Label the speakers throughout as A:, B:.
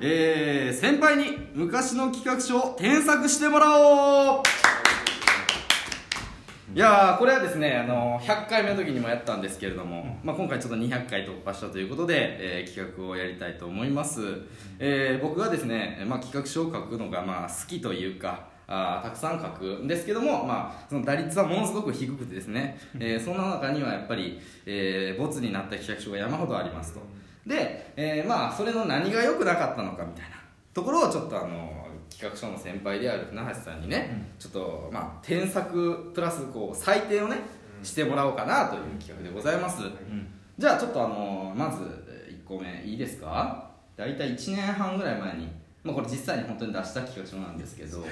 A: えー、先輩に昔の企画書を添削してもらおういやーこれはですね、あのー100回目の時にもやったんですけれども、まあ、今回ちょっと200回突破したということで、えー企画をやりたいと思います、えー僕はですね、まあ、企画書を書くのがまあ好きというかあーたくさん書くんですけども、まあ、その打率はものすごく低くてですね、えーそんな中にはやっぱり、えーボツになった企画書が山ほどありますとで、えーまあそれの何が良くなかったのかみたいなところをちょっとあの企画書の先輩である船橋さんにね、ちょっとまあ添削プラスこう採点をねしてもらおうかなという企画でございます、じゃあちょっとあのまず1個目いいですか大体1年半ぐらい前に、まあ、これ実際に本当に出した企画書なんですけど
B: 1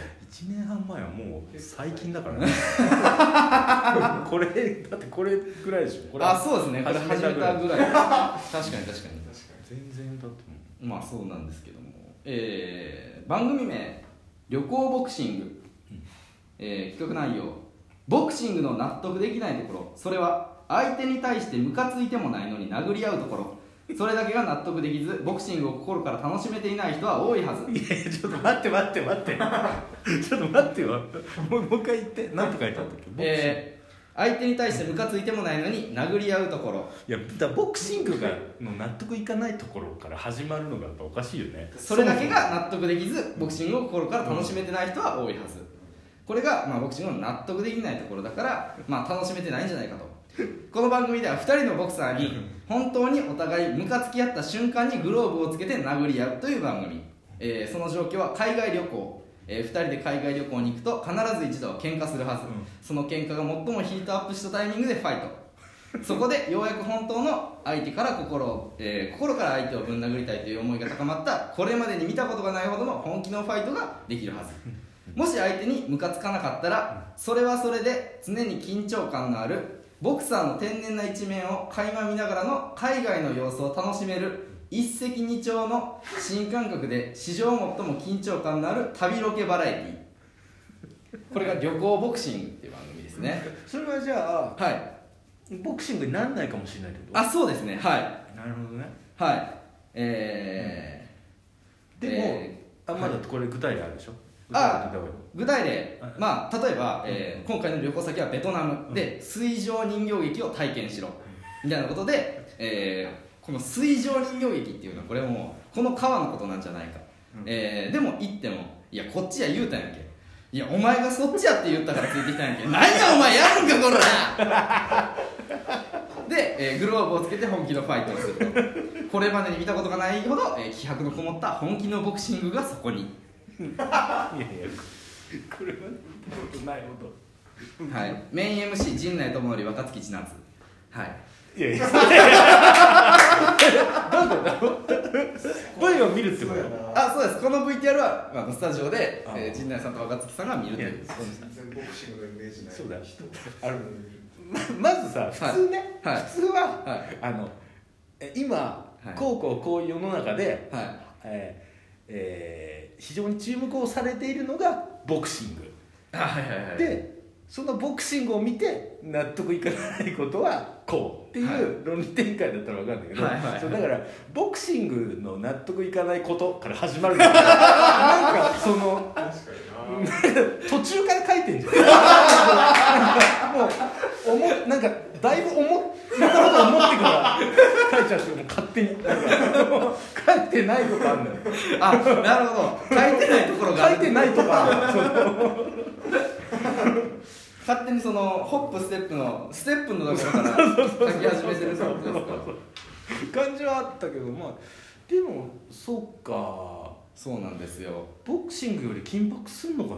B: 年半前はもう最近だからね これだってこれぐらいでしょこれ
A: あそうですねこれ始めた ぐらい確かに確かに
B: 全然だって
A: まあそうなんですけども、えー番組名「旅行ボクシング」えー企画内容「ボクシングの納得できないところそれは相手に対してムカついてもないのに殴り合うところ」それだけが納得できずボクシングを心から楽しめていない人は多いはず
B: もういやいやちょっと待って待って待 ってちょっと待ってよもうもう一回言って何て書いてあったっけボクシング、
A: えー相手に対してムカついてもないのに殴り合うところ
B: いやだからボクシングがの納得いかないところから始まるのがやっぱおかしいよね
A: それだけが納得できずボクシングを心から楽しめてない人は多いはずこれが、まあ、ボクシングの納得できないところだから、まあ、楽しめてないんじゃないかとこの番組では2人のボクサーに本当にお互いムカつき合った瞬間にグローブをつけて殴り合うという番組、えーその状況は海外旅行え2人で海外旅行に行くと必ず一度は喧嘩するはず、
B: うん
A: その喧嘩が最もヒートアップしたタイミングでファイトそこでようやく本当の相手から心を、えー心から相手をぶん殴りたいという思いが高まったこれまでに見たことがないほどの本気のファイトができるはずもし相手にムカつかなかったらそれはそれで常に緊張感のあるボクサーの天然な一面を垣間見ながらの海外の様子を楽しめる一石二鳥の新感覚で史上最も緊張感のある旅ロケバラエティこれが旅行ボクシングっていう番組ですね
B: それはじゃあ
A: はい
B: ボクシングになんないかもしれないけど
A: あそうですねはい
B: なるほどね
A: はいえ
B: でも、
A: え
B: あまだこれ具体例あるでしょ
A: あ
B: 具体例
A: ー具体例
B: あるはい
A: まあ例えば、えー今回の旅行先はベトナムで水上人形劇を体験しろみたいなことで、えーこの水上人形劇っていうのはこれはもうこの川のことなんじゃないか、えーでも行ってもいやこっちや言うたんやけいやお前がそっちやって言ったからついてきたんやけ何やお前やるんかこれな で、えーグローブをつけて本気のファイトをするとこれまでに見たことがないほど、えー気迫のこもった本気のボクシングがそこに
B: いやいやこれは見たことないほど
A: はい、メイン MC 陣内智則若槻千夏はい
B: いやいやなんだろう声を見るってことだよ
A: あそうですこの VTR は、まあ、スタジオで、
B: あ
A: えー陣内さんと若槻さんが見るという
B: い
C: 全然ボクシングのイメージない
B: そうだよ
C: 人
B: あの
C: なのに
B: ままずさ普通ね、
A: はい
B: 普通は、
A: はい
B: あのえ今、
A: はい
B: こうこうこういう世の中で、
A: はい
B: えーえー非常に注目をされているのがボクシング、
A: あはいはいはい
B: でそのボクシングを見て納得いかないことはこうっていう論理展開だったら分かるんだけど、
A: はいはいはい
B: そうだからボクシングの納得いかないことから始まるんだよなんかその
C: 確かにな
B: 途中から書いてんじゃんなんかもう思なんかだいぶ思っいろんなこと思ってから書いちゃってもう勝手になんかもう書いてないとかあんのよ
A: あなるほど書いてないところがあ
B: 書
A: る
B: いてないとかその
A: 勝手にそのホップステップのステップのところ から書き始めてるってことですか
B: 感じはあったけどまあでもそうか
A: そうなんですよ
B: ボクシングより緊迫するのか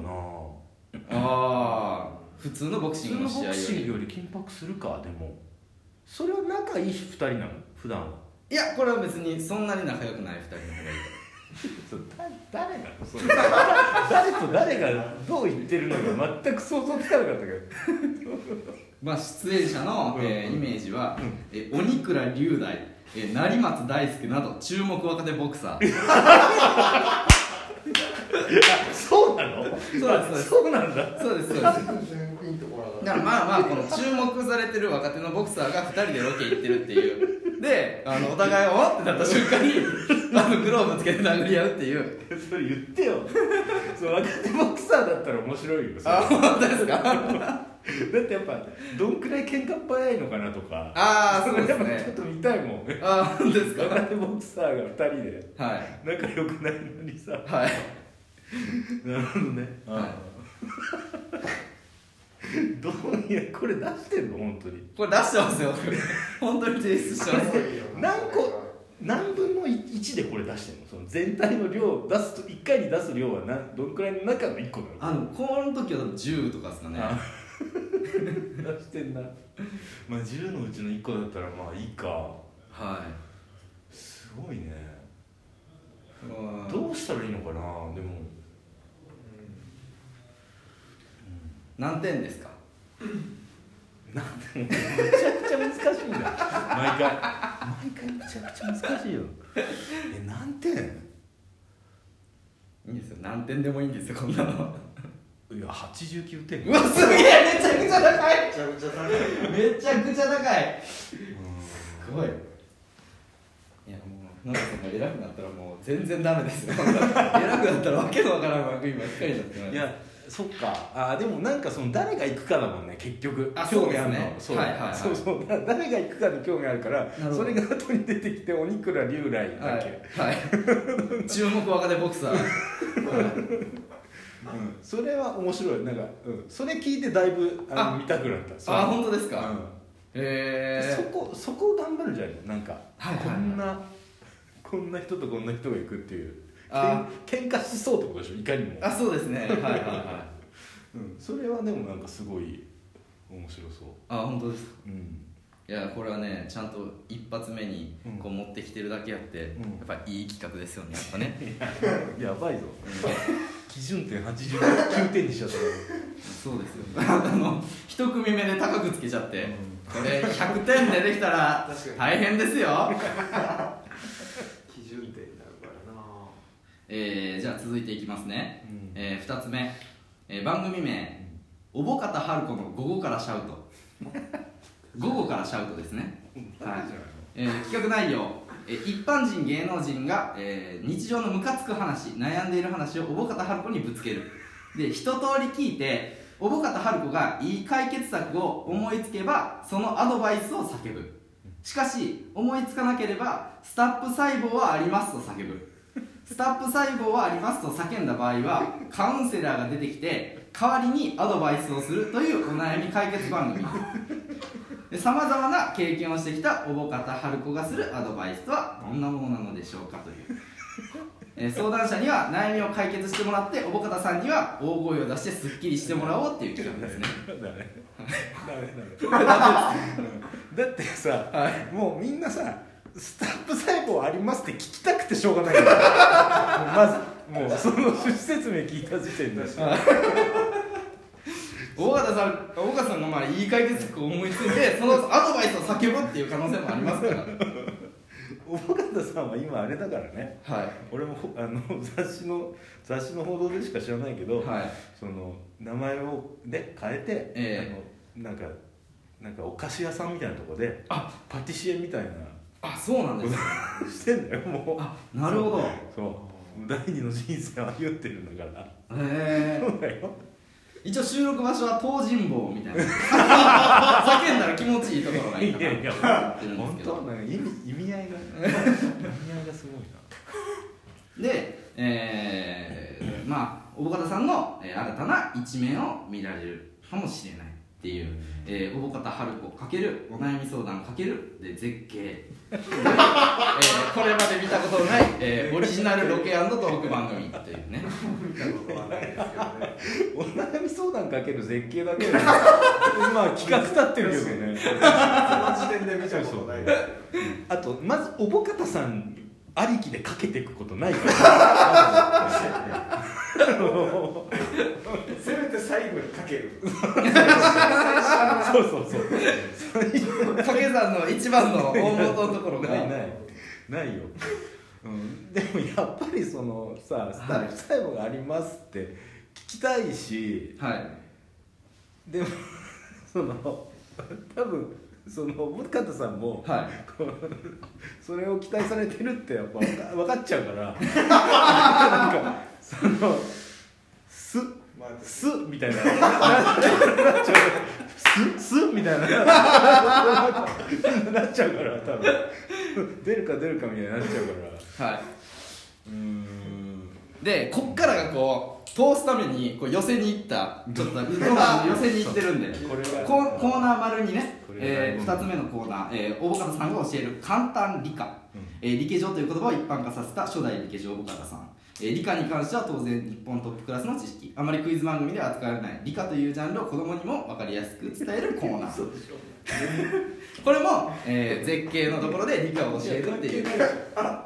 B: な
A: ああ普通のボク
B: 普
A: シ
B: 通
A: ング
B: の
A: の試合
B: ボ
A: よ
B: クシン
A: り
B: グより緊迫するかでもそれは仲いい2人なの普段はい
A: やこれは別にそんなに仲良くない2人の方がいい
B: そうだ誰なのそれ 誰と誰がどう言ってるのか全く想像つかなかったけど
A: まあ、出演者の、えーイメージは、
B: うん
A: えー鬼倉龍大、えー成松大輔など注目若手ボクサー
B: そうなの
A: そうです
B: そうなんだ
A: そうですそうですだか
C: 全然ピンとこなかった
A: らまあまあこの注目されてる若手のボクサーが2人でロケ行ってるっていうであのお互いをってなった瞬間にあのグローブつけて殴り合うっていう
B: それ言ってよそう若手ボクサーだったら面白いよそれ
A: あ本当ですか
B: だってやっぱどんくらい喧嘩っ早いのかなとか
A: ああそうです
B: やっぱちょっ
A: ね
B: と見たいもん
A: あー本当ですか
B: 若手ボクサーが2人で
A: はい
B: 仲良くないのにさ
A: はい
B: なるほどね
A: は
B: どういやこれ出してるの本当に
A: これ出してますよ本当に提出してます
B: 何個何分の1でこれ出してるのその全体の量を出すと1回に出す量は何どんくらいの中の1個な
A: あのこの時は多分10とかですかね
B: のあ 出してんなまあ10のうちの1個だったらまあいいか
A: は
B: すごいね
A: いまあ
B: どうしたらいいのかなでも
A: 何点ですか
B: めちゃくちゃ難しいんだよ毎回毎回めちゃくちゃ難しいよえ何点い
A: いいんですよ何点でもいいんですよこんなの
B: や89 点
A: うわすげえめちゃくちゃ高い
C: めちゃめちゃ高い
A: めちゃくちゃ高い
B: うん
A: すごいいやもうなんかその偉くなったらもう全然ダメ ですよ偉くなったらわけのわからん枠今ばっかりになってます
B: いやそっかあーでもなんかその誰が行くかだもんね結局
A: あ
B: 興味あるの
A: そうですねはいはいはい
B: そうそうだ誰が行くかに興味あるから
A: ほど
B: それが後に出てきて鬼倉龍来だっけ、
A: はい、はい、注目若手ボクサー、はい
B: うん、それは面白いなんか、うん、それ聞いてだいぶあの
A: あ
B: 見たくなった
A: あ
B: ん
A: 本当ですか、
B: うんそ
A: え
B: こそこを頑張るんじゃないのなんか、
A: はいはいはい
B: こんなこんな人とこんな人が行くっていう
A: あ
B: けん喧嘩しそうってことでしょいかにも
A: ー、あそうですねはい はいはい
B: うん、それはでもなんかすごい面白そう
A: あ本当ですか
B: うん
A: いやこれはねちゃんと一発目に
B: うん
A: こう持ってきてるだけあって、
B: うん
A: やっぱいい企画ですよねやっぱね
B: やばいぞ基準点89点にしちゃった
A: そうですよあの一組目で高くつけちゃって、これ100点でできたら
C: 確かに
A: 大変ですよ
C: 基準点になるからな
A: えー、じゃあ続いていきますね、
B: うん
A: えー、2つ目、えー、番組名「おぼかたはるこの午後からシャウト」午後からシャウトですね、はいえー、企画内容、えー、一般人芸能人が、えー、日常のムカつく話悩んでいる話をおぼかたはるこにぶつけるで一通り聞いておぼかたはるこがいい解決策を思いつけばそのアドバイスを叫ぶしかし思いつかなければスタップ細胞はありますと叫ぶスタップ細胞はありますと叫んだ場合はカウンセラーが出てきて代わりにアドバイスをするというお悩み解決番組さまざまな経験をしてきたおぼかたはるこがするアドバイスとはどんなものなのでしょうかという、 えー相談者には悩みを解決してもらっておぼかたさんには大声を出してすっきりしてもらおうっていう企画です ね
B: ダメダメダメだってさ、もうみんなさスタップ細胞ありますって聞きたくてしょうがないん だよもうまずもうその趣旨説明聞いた時点で
A: 大方さん大方さんがまあいい解決策を思いつい てそのアドバイスを叫ぶっていう可能性もありますから
B: 小方さんは今あれだからね
A: はい
B: 俺もあの雑誌の雑誌の報道でしか知らないけど、
A: はい
B: その名前をね変えて、
A: え
B: あのなんかなんかお菓子屋さんみたいなとこで
A: あ
B: パティシエみたいな
A: あそうなんです
B: してんだよも
A: あなるほどへ
B: うそう第二の人生を歩ってるんだから
A: え
B: そうだよ
A: 一応収録場所は東尋坊みたい な叫んだら気持ちいいところがいいかなって
B: いや
A: 思ってるんです
B: 本
A: け
B: 当は
A: ど
B: なんか意味意味合いが意味合いがすごいな
A: でえー、まあ小保方さんの、えー新たな一面を見られるかもしれないっていう「えー、小保方春子×お悩み相談×」で絶景、でえーこれまで見たことのない、えーオリジナルロケトーク番組というね
C: 見たことはないですけどね
B: お悩み相談かける絶景だけ どまあ企画立ってるけどね
C: その時点で見たことないですけど
B: あとまずおぼかたさんありきでかけていくことない から。
C: せめて最後にかける
B: そうそうそう。
A: 掛け算の一番の大元のところが
B: ないないないよ。うん、でもやっぱりそのさスタッフ細胞がありますって聞きたいし
A: はい
B: でもその多分その小方さんも
A: はい
B: こうそれを期待されてるってやっぱ分か分かっちゃうから なんかその「す」
C: まあ
B: 「す」みたいなななっちゃう「す」すみたいななっちゃうから多分出るか出るかみたいになっちゃうから
A: はい
B: うん
A: でこっからがこう通すためにこう寄せに行ったちょっと水戸が寄せに行ってるんで
B: これが
A: コーコーナー丸にね
B: こ、れが
A: え2つ目のコーナー、えー、大方さんが教える簡単理科、
B: うん
A: えー理系上という言葉を一般化させた初代理系上大方さん、えー理科に関しては当然日本トップクラスの知識あまりクイズ番組では扱われない理科というジャンルを子供にも分かりやすく伝えるコーナー これも、えー絶景のところで理科を教えるっていう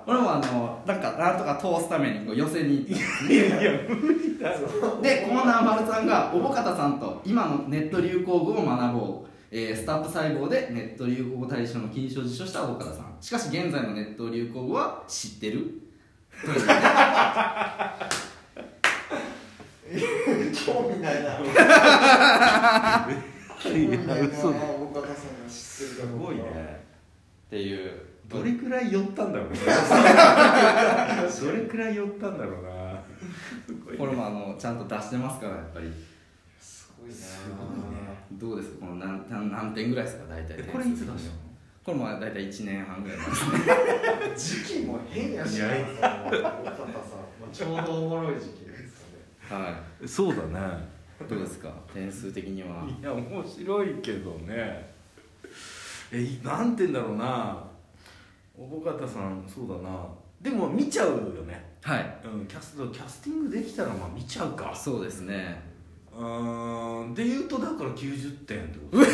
A: 俺もあのなんかなんとか通すためにこう寄せに行ったんですね
B: いやいや無理だろ
A: でコーナー丸さんが小保方さんと今のネット流行語を学ぼう、えースタップ細胞でネット流行語大賞の金賞を受賞した小保方さんしかし現在のネット流行語は知ってるというね
C: 興味ないな。興味ないな。岡田さんが知ってるか
B: す
C: どうか
B: ごい。ね
A: っていう
B: どれくらい寄ったんだろうね どれくらい寄ったんだろうなすごい
A: これもあのちゃんと出してますからやっぱり
C: すごいな。
B: すごいね
A: どうですかこの何何何点ぐらいですか大体
B: え
A: 点数
B: これいつ出したの
A: これも大体1年半ぐらい前ですね
C: 時期も変やしな。
B: いや
C: 岡田さん、まあ、ちょうどおもろい時期ですかね。
A: は
B: そうだね
A: いどうですか点数的にはい
B: や面白いけどねえいなんて言うんだろうな小保方さんそうだなでも見ちゃうよね、
A: はい
B: うん、キャストキャスティングできたらまあ見ちゃうか
A: そうですね
B: うーんで言うとだから90点ってこと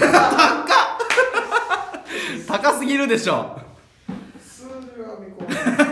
A: 高すぎるでしょ
C: 数字は見込まない。